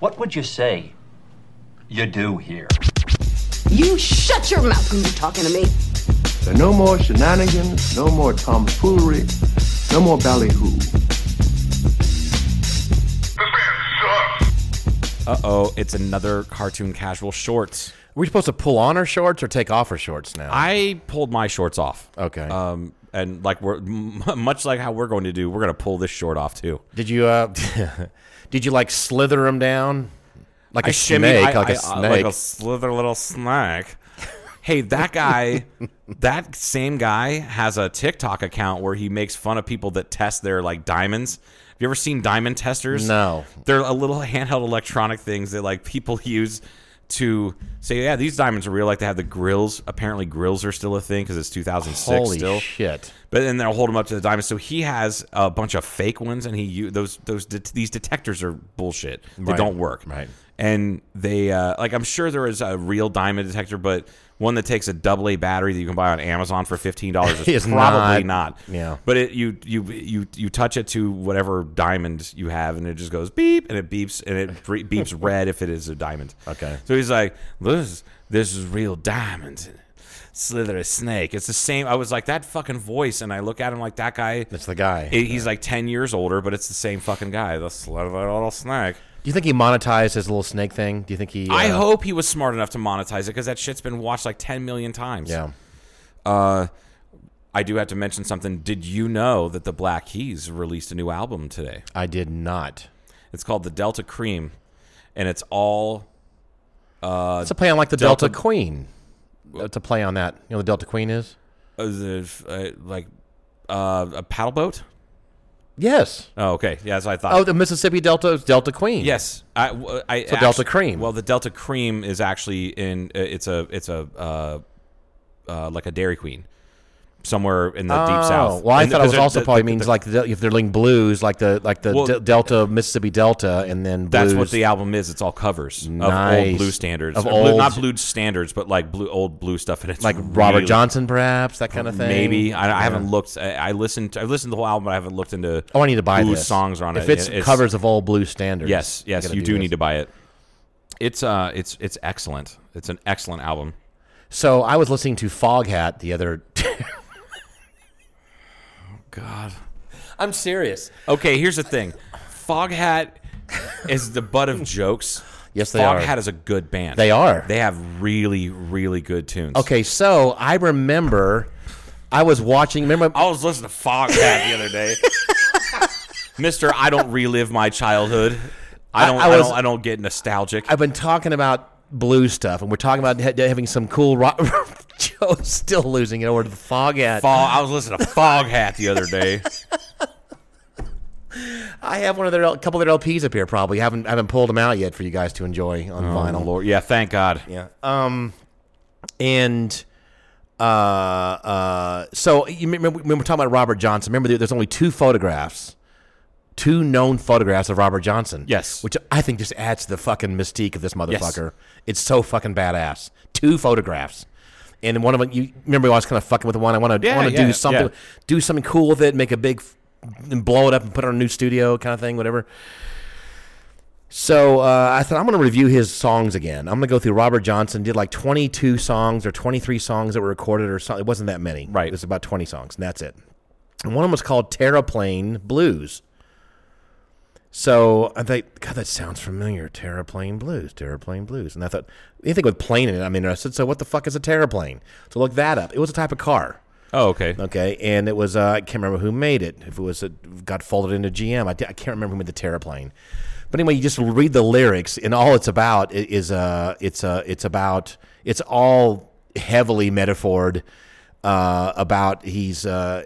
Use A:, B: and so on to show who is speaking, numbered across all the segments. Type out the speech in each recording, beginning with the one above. A: What would you say you do here?
B: You shut your mouth when you're talking to me.
C: There are no more shenanigans, no more tomfoolery, no more ballyhoo.
D: Uh oh, it's another cartoon casual shorts.
E: Are we supposed to pull on our shorts or take off our shorts now?
D: I pulled my shorts off.
E: Okay.
D: Um, and like we're m- much like how we're going to do, we're gonna pull this short off too.
E: did you uh, did you like slither them down like a
D: I shimmied-
E: snake?
D: I-
E: like
D: I-
E: a
D: I-
E: snake.
D: like a slither little snake. Hey, that guy, that same guy has a TikTok account where he makes fun of people that test their like diamonds. Have you ever seen diamond testers?
E: No.
D: They're a little handheld electronic things that like people use to say, yeah, these diamonds are real. Like they have the grills. Apparently, grills are still a thing because it's 2006
E: Holy
D: still.
E: shit!
D: But then they'll hold him up to the diamond. So he has a bunch of fake ones, and he u- those those det- these detectors are bullshit. They
E: Right.
D: don't work.
E: Right.
D: And they uh, like I'm sure there is a real diamond detector, but one that takes a double A battery that you can buy on Amazon for fifteen dollars is,
E: Is
D: probably not.
E: not- yeah.
D: But it you you you you touch it to whatever diamond you have, and it just goes beep, and it beeps, and it bre- beeps red if it is a diamond.
E: Okay.
D: So he's like, this this is real diamond. Slither a snake. It's the same. I was like that fucking voice, and I look at him like that guy.
E: That's the guy.
D: he- He's like ten years older, but it's the same fucking guy. The slither little snake.
E: Do you think he monetized his little snake thing? Do you think he?
D: I
E: uh,
D: hope he was smart enough to monetize it because that shit's been watched like 10 million times.
E: Yeah.
D: Uh, I do have to mention something. Did you know that the Black Keys released a new album today?
E: I did not.
D: It's called The Delta Cream, and it's all.
E: It's a play on like
D: Uh,
E: the
D: Delta-
E: Delta, Queen. It's a play on that. You know, what the Delta Queen is.
D: Uh, the, uh, like uh, a paddle boat?
E: Yes.
D: Oh, okay. Yeah, that's what I thought.
E: Oh, the Mississippi Delta is Delta Queen.
D: Yes, I. w- I-
E: So Delta Cream.
D: Well, the Delta Cream is actually in. uh, It's a. It's a. Uh, uh, like a Dairy Queen, somewhere in the deep south.
E: Oh, Well, I
D: And
E: thought it
D: because
E: was also
D: the-
E: probably
D: the-
E: means
D: the-
E: like the, if they're doing blues, like the like the
D: Well,
E: De- Delta Mississippi Delta, and then blues.
D: That's what the album is. It's all covers of old
E: Nice.
D: blue standards.
E: Of
D: Or blue- not
E: old-
D: blue standards, but like blue old blue stuff. And it's
E: like Robert
D: really-
E: Johnson, perhaps that kind of thing.
D: Maybe I, I haven't
E: Yeah.
D: looked. I, I listened. I listened to the whole album, but I haven't looked into.
E: Oh, I need to buy
D: whose
E: this.
D: songs are on
E: if
D: it.
E: it's, covers of all blues standards.
D: Yes,
E: I
D: yes,
E: gotta
D: you do
E: this.
D: need to buy it. It's uh, it's it's excellent. It's an excellent album.
E: So I was listening to Foghat the other.
D: God.
E: I'm serious.
D: Okay, here's the thing. Foghat is the butt of jokes.
E: Yes, they
D: Foghat
E: are.
D: is a good band.
E: They are.
D: They have really, really good tunes.
E: Okay, so I remember I was watching. Remember,
D: I was listening to Foghat the other day. Mister, I don't relive my childhood. I
E: I-
D: don't. I,
E: I was-
D: don't. I don't get nostalgic.
E: I've been talking about blues stuff, and we're talking about ha- having some cool rock. Joe's still losing it over to the Foghat.
D: Fog, I was listening to Foghat the other day.
E: I have one of their a couple of their LPs up here. Probably haven't haven't pulled them out yet for you guys to enjoy
D: Oh,
E: on vinyl.
D: Lord, yeah, thank God.
E: Yeah. Um, and uh, uh, so you remember when we're talking about Robert Johnson? Remember, there- there's only two photographs, two known photographs of Robert Johnson.
D: Yes.
E: Which I think just adds to the fucking mystique of this motherfucker. It's so fucking badass. Two photographs. And one of them, you remember, I was kind of fucking with the one. I want to
D: Yeah,
E: want to
D: yeah,
E: do something,
D: yeah.
E: do something cool with it, make a big, f- and blow it up and put it on a new studio kind of thing, whatever. So uh, I thought I'm going to review his songs again. I'm going to go through Robert Johnson did like 22 songs or 23 songs that were recorded or something. It wasn't that many.
D: Right.
E: It was about 20 songs, and that's it. And one of them was called Terraplane Blues. So I think, God, that sounds familiar. Terraplane Blues, Terraplane Blues. And I thought, anything with plane in it, I'm interested. So what the fuck is a terraplane? So look that up. It was a type of car.
D: Oh, okay.
E: Okay, and it was uh, I can't remember who made it. If it was a, got folded into GM, I, d- I can't remember who made the Terraplane. But anyway, you just read the lyrics, and all it's about i- is uh, it's uh, it's about it's all heavily metaphored uh, about he's uh,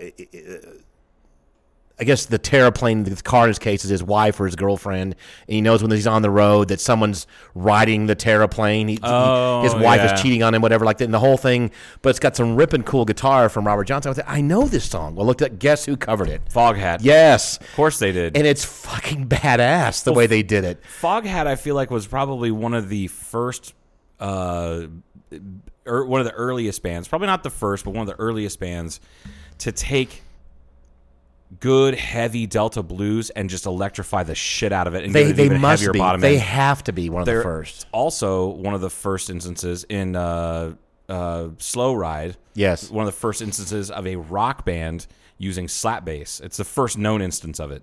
E: I guess the terraplane, the car in his case, is his wife or his girlfriend, and he knows when he's on the road that someone's riding the terraplane. He, he-
D: Oh,
E: his wife
D: yeah.
E: is cheating on him, whatever, like that, and the whole thing. But it's got some ripping cool guitar from Robert Johnson. I was like, I know this song. Well, look, at, guess who covered it?
D: Foghat.
E: Yes,
D: Of course they did.
E: and it's fucking badass the way they did it.
D: Foghat, I feel like, was probably one of the first, uh, er, one of the earliest bands. Probably not the first, but one of the earliest bands to take good heavy Delta blues and just electrify the shit out of it. And
E: They
D: give it an
E: they
D: even
E: must
D: heavier
E: be.
D: Bottom
E: They
D: end.
E: have to be one of the
D: They're
E: first.
D: Also, one of the first instances in uh, uh, Slow Ride.
E: Yes.
D: One of the first instances of a rock band using slap bass. It's the first known instance of it.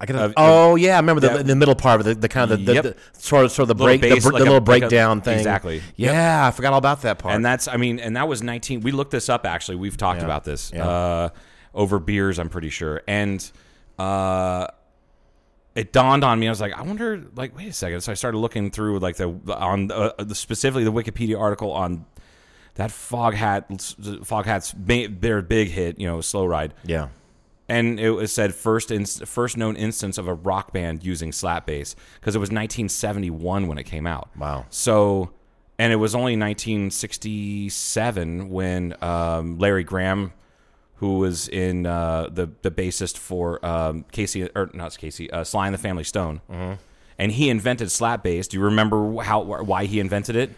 E: I can,
D: uh,
E: oh yeah, I remember the,
D: yeah.
E: the middle part of the, the kind of the, the,
D: Yep.
E: the sort of sort of the
D: Little
E: break
D: bass,
E: the, br-
D: like
E: the
D: a-
E: little
D: like a-
E: breakdown thing.
D: Exactly. Yep.
E: Yeah, I forgot all about that part.
D: And that's, I mean, and that was 19. We looked this up, actually. We've talked
E: Yeah.
D: about this
E: Yeah.
D: uh, over beers, I'm pretty sure. And uh, it dawned on me. I was like, I wonder, like, wait a second. So I started looking through, like, the, on uh, the, specifically the Wikipedia article on that fog hat, fog hats, ba- their big hit, you know, slow ride.
E: yeah.
D: And it was said first inst- first known instance of a rock band using slap bass because it was 1971 when it came out.
E: Wow.
D: So, and it was only 1967 when um, Larry Graham, who was in uh, the the bassist for um, Casey or not Casey uh, Sly and the Family Stone, and he invented slap bass. Do you remember how why he invented it?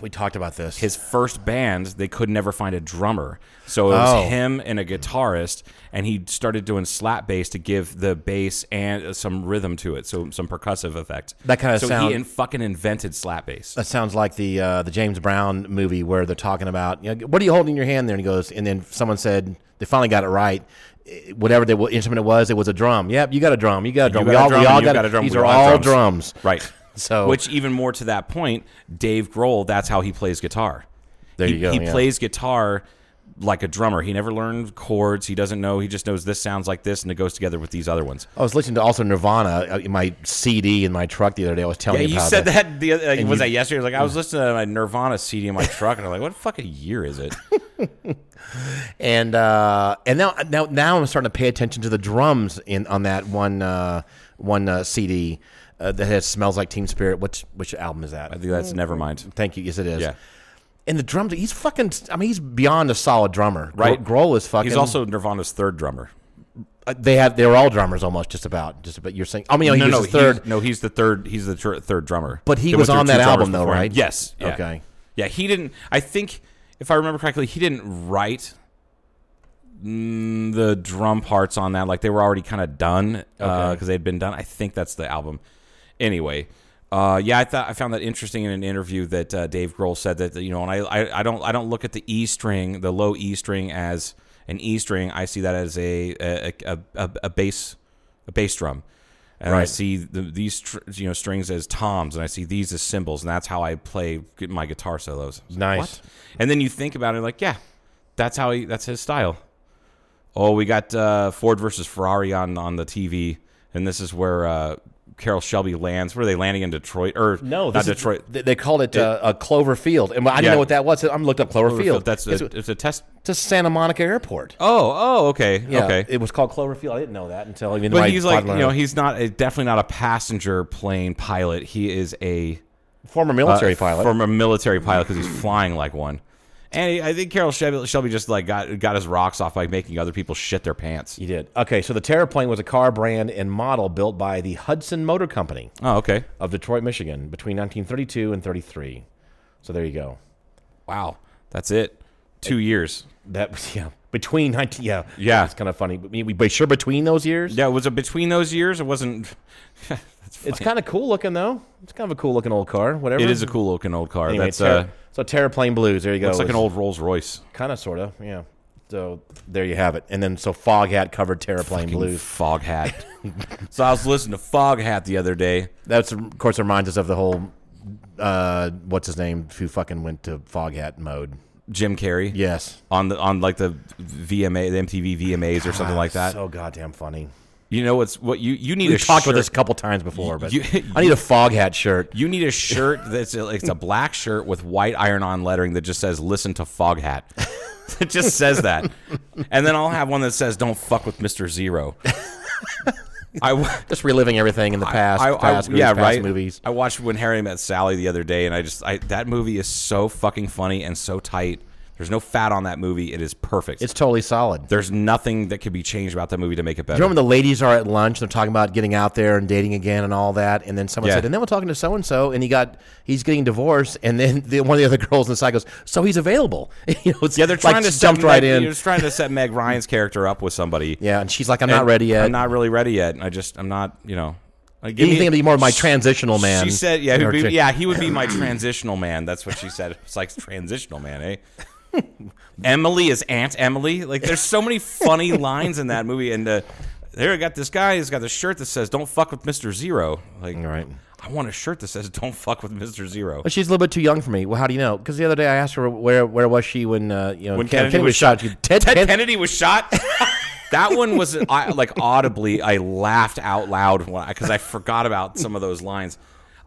E: We talked about this.
D: his first band, they could never find a drummer. So it was
E: Oh.
D: him and a guitarist, and he started doing slap bass to give the bass and uh, some rhythm to it, so some percussive effect.
E: That kinda
D: so
E: sound-
D: he in, fucking invented slap bass.
E: that sounds like the uh, the James Brown movie where they're talking about you know what are you holding in your hand there and he goes and then someone said they finally got it right Eh, whatever the instrument it was it was a drum yep you got a drum you got a drum
D: You got a drum, and you got a drum,
E: these
D: we
E: are
D: all have
E: all
D: drums.
E: drums.
D: Right.
E: So-
D: which even more to that point, Dave Grohl, that's how he plays guitar.
E: There
D: he,
E: you go,
D: He
E: yeah.
D: plays guitar like a drummer. He never learned chords. He doesn't know. He just knows this sounds like this and it goes together with these other ones.
E: I was listening to also Nirvana uh, in my CD in my truck the other day I was telling
D: Yeah,
E: you
D: you
E: about
D: said
E: that.
D: that the other, like,
E: And
D: was
E: you- Mm.
D: that yesterday? It was Like I was listening to my Nirvana CD in my truck, and I'm like, "What fucking year is it?"
E: and uh, and now now now I'm starting to pay attention to the drums in on that one uh, one uh, CD uh, that has smells like Teen Spirit. Which which album is that?
D: I think that's never mind.
E: Thank you. Yes, it is.
D: Yeah.
E: And the drums, he's fucking. I mean, he's beyond a solid drummer. Gro-
D: Right.
E: Grohl is fucking.
D: He's also Nirvana's third drummer.
E: uh, they have they were all drummers almost, just about, just about. You're saying, I mean, no, he was
D: no,
E: the third.
D: He's, no, he's the third. He's the tr- third drummer.
E: But he
D: There
E: was
D: there were
E: on
D: two
E: that
D: drummers
E: album, though,
D: before him.
E: right?
D: Yes. yeah.
E: Okay.
D: Yeah, he didn't. I think, if I remember correctly, he didn't write mm, the drum parts on that. Like they were already kind of done because they'd been done. I think that's the album. Anyway, uh, yeah, I thought I found that interesting in an interview that uh, Dave Grohl said that you know, and I, I I don't I don't look at the E string, the low E string as an E string. I see that as a a a, a, a bass a bass drum. And I
E: Right.
D: see the, these str- you know strings as toms, and I see these as cymbals, and that's how I play g- my guitar solos.
E: Nice.
D: And then you think about it, like, yeah, that's how he, that's his style. Oh, we got uh, Ford versus Ferrari on on the TV, and this is where uh, Carol Shelby lands. Were they landing in Detroit or
E: No,
D: not
E: this is-
D: Detroit?
E: They, they called it, uh, a Clover Field, and I didn't
D: Yeah.
E: know what that was. I'm looked up Clover, Field.
D: That's a,
E: it's,
D: it's, a test.
E: it's a Santa Monica Airport.
D: Oh, oh, okay,
E: Yeah,
D: okay.
E: It was called Clover Field. I didn't know that until even.
D: but
E: my
D: he's like,
E: father-
D: you know, he's not a, definitely not a passenger plane pilot. He is a
E: former
D: uh,
E: military pilot.
D: Former military pilot because he's flying like one. And I think Carol Shelby, Shelby just like got got his rocks off by making other people shit their pants.
E: He did. Okay, so the Terraplane was a car brand and model built by the Hudson Motor Company
D: Oh, okay.
E: of Detroit, Michigan, between 1932 and 33. So there you go.
D: Wow, that's it. Two years.
E: That was yeah. Between 19 yeah
D: Yeah.
E: it's kind of funny. But, we, but sure, between those years,
D: Yeah, was it between those years? It wasn't.
E: it's kind of cool looking though. It's kind of a cool looking old car. Whatever.
D: It is a cool looking old car.
E: Anyway,
D: that's
E: Terra-
D: uh,
E: so Terraplane Blues. There you go.
D: looks like an old Rolls Royce.
E: kind of sort of yeah. So there you have it. And then so Fog Hat covered Terraplane Blues.
D: Fog hat. so I was listening to Fog Hat the other day.
E: That's of course reminds us of the whole. Uh, what's his name? Who fucking went to Fog Hat mode?
D: Jim Carrey.
E: Yes.
D: On the on like the VMA, the MTV VMAs or something like that.
E: Ah, So goddamn funny.
D: you know what's what you you need
E: We've
D: a
E: talked
D: shirt.
E: about this a couple times before, but
D: You-
E: I need a fog hat shirt.
D: You need a shirt that's it's a black shirt with white iron-on lettering that just says "Listen to Fog Hat." it just says that, and then I'll have one that says "Don't fuck with Mister Zero." I w-
E: Just reliving everything in the past,
D: I- I-
E: past movies,
D: yeah,
E: past
D: right.
E: movies.
D: I watched When Harry Met Sally the other day, and I just I, that movie is so fucking funny and so tight. There's no fat on that movie. It is perfect.
E: It's totally solid.
D: There's nothing that could be changed about that movie to make it
E: Do you
D: better.
E: remember when the ladies are at lunch? They're talking about getting out there and dating again and all that. And then someone
D: Yeah.
E: said, and then we're talking to so and so, and he got he's getting divorced. And then the, one of the other girls on the side goes, so he's available. you know, it's
D: Yeah, they're
E: like
D: trying to set
E: jumped right
D: Meg-
E: in.
D: You're just trying to set Meg Ryan's character up with somebody.
E: Yeah, and she's like, I'm
D: And
E: not ready yet.
D: I'm not really ready yet. I just I'm not. You know. Like, give me-
E: Anything to be more of my transitional man.
D: She said, "Yeah,
E: You
D: he'd
E: know,
D: be-
E: tra-
D: yeah, he would be my transitional man." That's what she said. It's like transitional man, eh? Emily is Aunt Emily. Like, there's so many funny lines in that movie, and uh, there I got this guy. He's got this shirt that says "Don't fuck with Mister Zero. Like,
E: Right.
D: I want a shirt that says "Don't fuck with Mister Zero.
E: But she's a little bit too young for me. Well, how do you know? Because the other day I asked her where where was she when uh, you know
D: When
E: Ken-
D: Kennedy was
E: shot. She- Ted,
D: Ted
E: Ken-
D: Kennedy was shot. That one was I, like audibly. I laughed out loud because I forgot about some of those lines.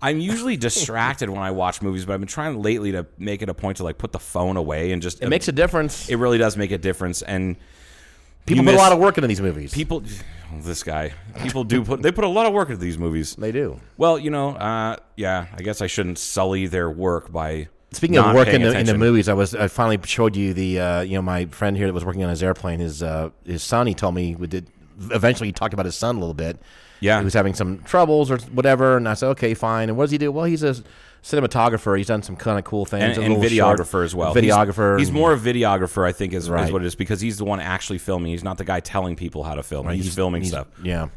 D: I'm usually distracted when I watch movies, but I've been trying lately to make it a point to like put the phone away and just.
E: It makes a difference.
D: It really does make a difference, and
E: people
D: you
E: put a
D: miss-
E: lot of work into these movies.
D: people. This guy, people do put they put a lot of work into these movies.
E: they do.
D: Well, you know, uh, yeah, I guess I shouldn't sully their work by
E: Speaking
D: not
E: of work
D: paying
E: in the, in the
D: attention.
E: movies, I was I finally showed you the uh, you know my friend here that was working on his airplane. His uh, his son he told me we did. Eventually, he talked about his son a little bit.
D: Yeah.
E: he was having some troubles or whatever, and I said, okay, fine. And what does he do? Well, he's a cinematographer. He's done some kind of cool things.
D: and,
E: a
D: and
E: little short-
D: videographer as well. He's-
E: Videographer.
D: He's, more a videographer, I think, is,
E: Right.
D: is what it is because he's the one actually filming. He's not the guy telling people how to film. He's, filming
E: he's-
D: stuff.
E: Yeah.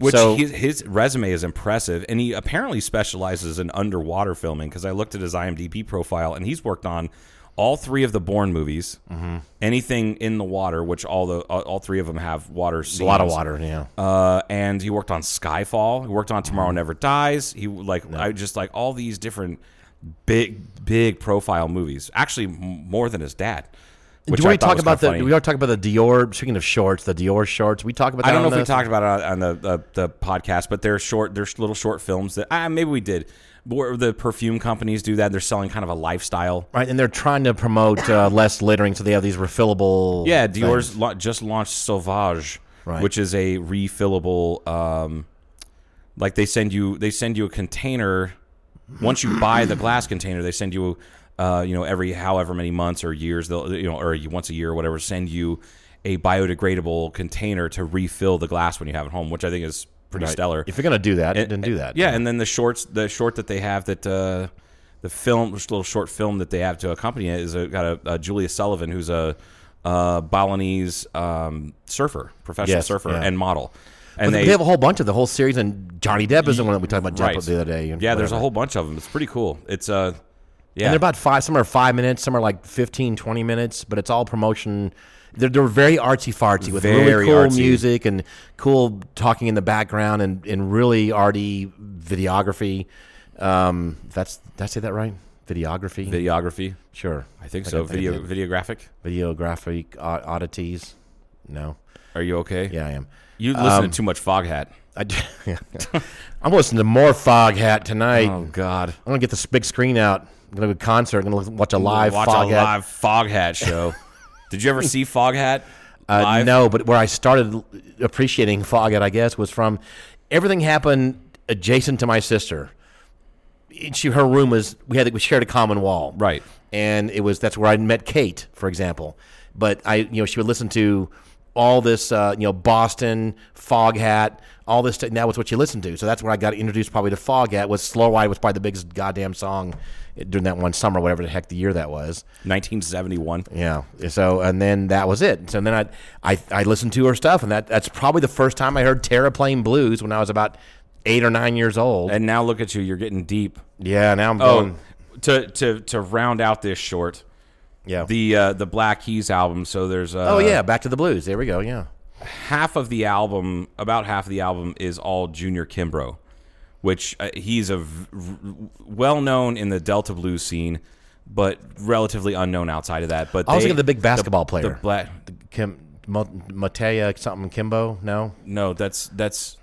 D: Which
E: so,
D: his, his resume is impressive, and he apparently specializes in underwater filming because I looked at his IMDb profile, and he's worked on all three of the Bourne movies,
E: Mm-hmm.
D: anything in the water, which all the all, all three of them have water scenes.
E: a lot of water. Yeah. Mm-hmm.
D: Uh, and he worked on Skyfall. He worked on Tomorrow Never Dies. He like I just like all these different big big profile movies. Actually, m- more than his dad. Which
E: do we
D: I thought
E: talk
D: was
E: about the?
D: kinda
E: Do
D: funny.
E: we already talk about the Dior? Speaking of shorts, the Dior shorts. We talk about. That
D: I don't know if
E: on
D: we
E: this?
D: talked about it on, on the, the the podcast, but they're short. They're little short films that ah, maybe we did. Where the perfume companies do that, they're selling kind of a lifestyle.
E: Right, and they're trying to promote uh, less littering, so they have these refillable.
D: Yeah,
E: things.
D: Dior's la- just launched Sauvage,
E: Right.
D: which is a refillable. Um, like they send you, they send you a container. Once you buy the glass container, they send you, uh, you know, every however many months or years, they'll you know, or you- once a year or whatever, send you a biodegradable container to refill the glass when you have it home, which I think is pretty stellar.
E: If you're gonna do that,
D: And-
E: then do that.
D: Yeah, and then the shorts, the short that they have that uh, the film, this little short film that they have to accompany it is a, got a, a Julia Sullivan who's a uh, Balinese um, surfer, professional
E: Yes,
D: surfer
E: yeah.
D: and model,
E: But
D: and
E: they, have a whole bunch of the whole series, and Johnny Depp is the one that we talked about
D: right.
E: Depp the other day.
D: Yeah,
E: and
D: there's a
E: whatever.
D: whole bunch of them. It's pretty cool. It's uh, yeah,
E: And they're about five. Some are five minutes. Some are like 15, 20 minutes. But it's all promotion. They're, they're very artsy fartsy with really
D: Very
E: cool
D: artsy.
E: music and cool talking in the background and, and really arty videography. Um, that's did I say that right? Videography.
D: videography.
E: sure,
D: I think
E: I
D: so.
E: can think
D: Video
E: of
D: videographic.
E: videographic uh, oddities. No,
D: Are you okay?
E: yeah, Um, I am.
D: You listen to too much Foghat.
E: I d- I'm listening to more Foghat tonight.
D: Oh God.
E: I'm gonna get this big screen out. I'm gonna go to a concert. I'm gonna look- watch a live
D: watch
E: Foghat.
D: a live Foghat show. Did you ever see Foghat?
E: Uh,
D: live?
E: No, but where I started l- appreciating Foghat, I guess, was from everything happened adjacent to my sister. It- She, her room was we had we shared a common wall,
D: Right.
E: And it was that's where I met Kate, for example. But I, you know, she would listen to all this, uh, you know, Boston Foghat, all this. stuff. and that was what she listened to. So that's where I got introduced probably to Foghat. Was Slow Ride was probably the biggest goddamn song during that one summer, whatever the heck the year that was.
D: 1971.
E: Yeah. So and then that was it. So then I I, I listened to her stuff, and that that's probably the first time I heard Terra playing blues when I was about eight or nine years old.
D: And now look at you, you're getting deep.
E: yeah. Now I'm
D: Oh,
E: going.
D: to to to round out this short,
E: yeah.
D: the uh, the Black Keys album. So there's uh,
E: oh yeah. Back to the blues. There we go. Yeah.
D: half of the album, about half of the album is all Junior Kimbrough, which uh, he's a v- v- well known in the Delta blues scene, but relatively unknown outside of that. But
E: I was
D: they-
E: thinking of the big basketball player.
D: the black.
E: Kim Mo- Matea something Kimbo. No.
D: No, that's that's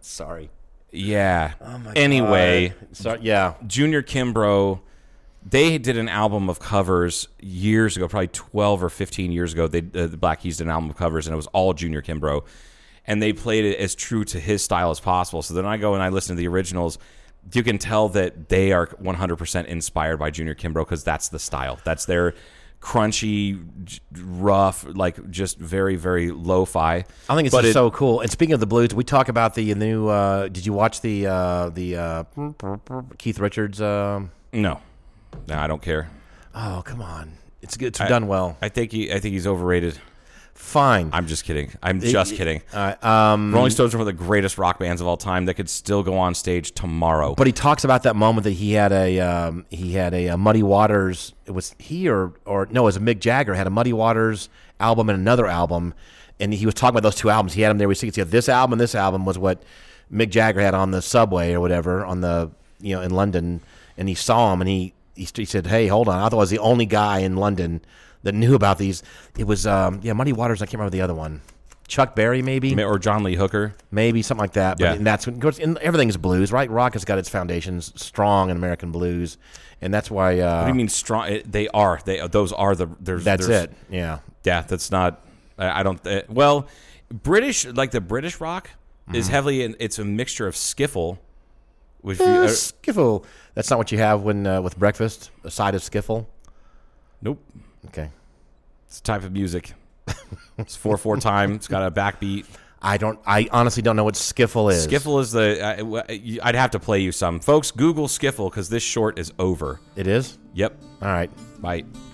E: Sorry.
D: yeah.
E: Oh
D: anyway,
E: Sorry. Yeah.
D: Junior Kimbrough, they did an album of covers years ago, probably 12 or 15 years ago. They uh, the Black Keys did an album of covers, and it was all Junior Kimbrough, and they played it as true to his style as possible. So then I go and I listen to the originals. you can tell that they are 100% inspired by Junior Kimbrough because that's the style. That's their crunchy, j- rough, like just very, very lo-fi.
E: I think it's
D: But
E: just
D: it-
E: so cool. And speaking of the blues, we talk about the new. Uh, did you watch the uh, the uh, Keith Richards? Um,
D: No, no, I don't care.
E: oh come on, it's good. It's done well.
D: I think he, I think he's overrated.
E: Fine.
D: I'm just kidding. I'm just kidding.
E: Uh, um,
D: Rolling Stones are one of the greatest rock bands of all time that could still go on stage tomorrow.
E: but he talks about that moment that he had a um, he had a, uh Muddy Waters. It was he or or no, it was Mick Jagger had a Muddy Waters album and another album, and he was talking about those two albums. He had them there. We see yeah, this album. and This album was what Mick Jagger had on the subway or whatever on the you know in London, and he saw him and he he, st- he said, "Hey, hold on! I thought I was the only guy in London that knew about these." It was um, yeah, Muddy Waters. I can't remember the other one. Chuck Berry, maybe
D: or John Lee Hooker.
E: maybe something like that. But
D: Yeah.
E: and that's when, of course, and everything's blues, right? Rock has got its foundations strong in American blues, and that's why. Uh,
D: What do you mean strong? It, they are. They those are the. There's,
E: That's
D: there's-
E: it. Yeah,
D: Yeah, that's not. I, I don't. Uh, well, British like the British rock is
E: Mm-hmm.
D: heavily. In, it's a mixture of skiffle, which
E: Eh,
D: you, uh,
E: skiffle. That's not what you have when uh, with breakfast. A side of skiffle.
D: nope.
E: Okay,
D: It's a type of music. It's four four time. It's got a backbeat.
E: I don't. I honestly don't know what skiffle is.
D: Skiffle is the. I- w- you- I'd have to play you some, folks. Google skiffle because this short is over.
E: It is.
D: Yep.
E: All right.
D: Bye.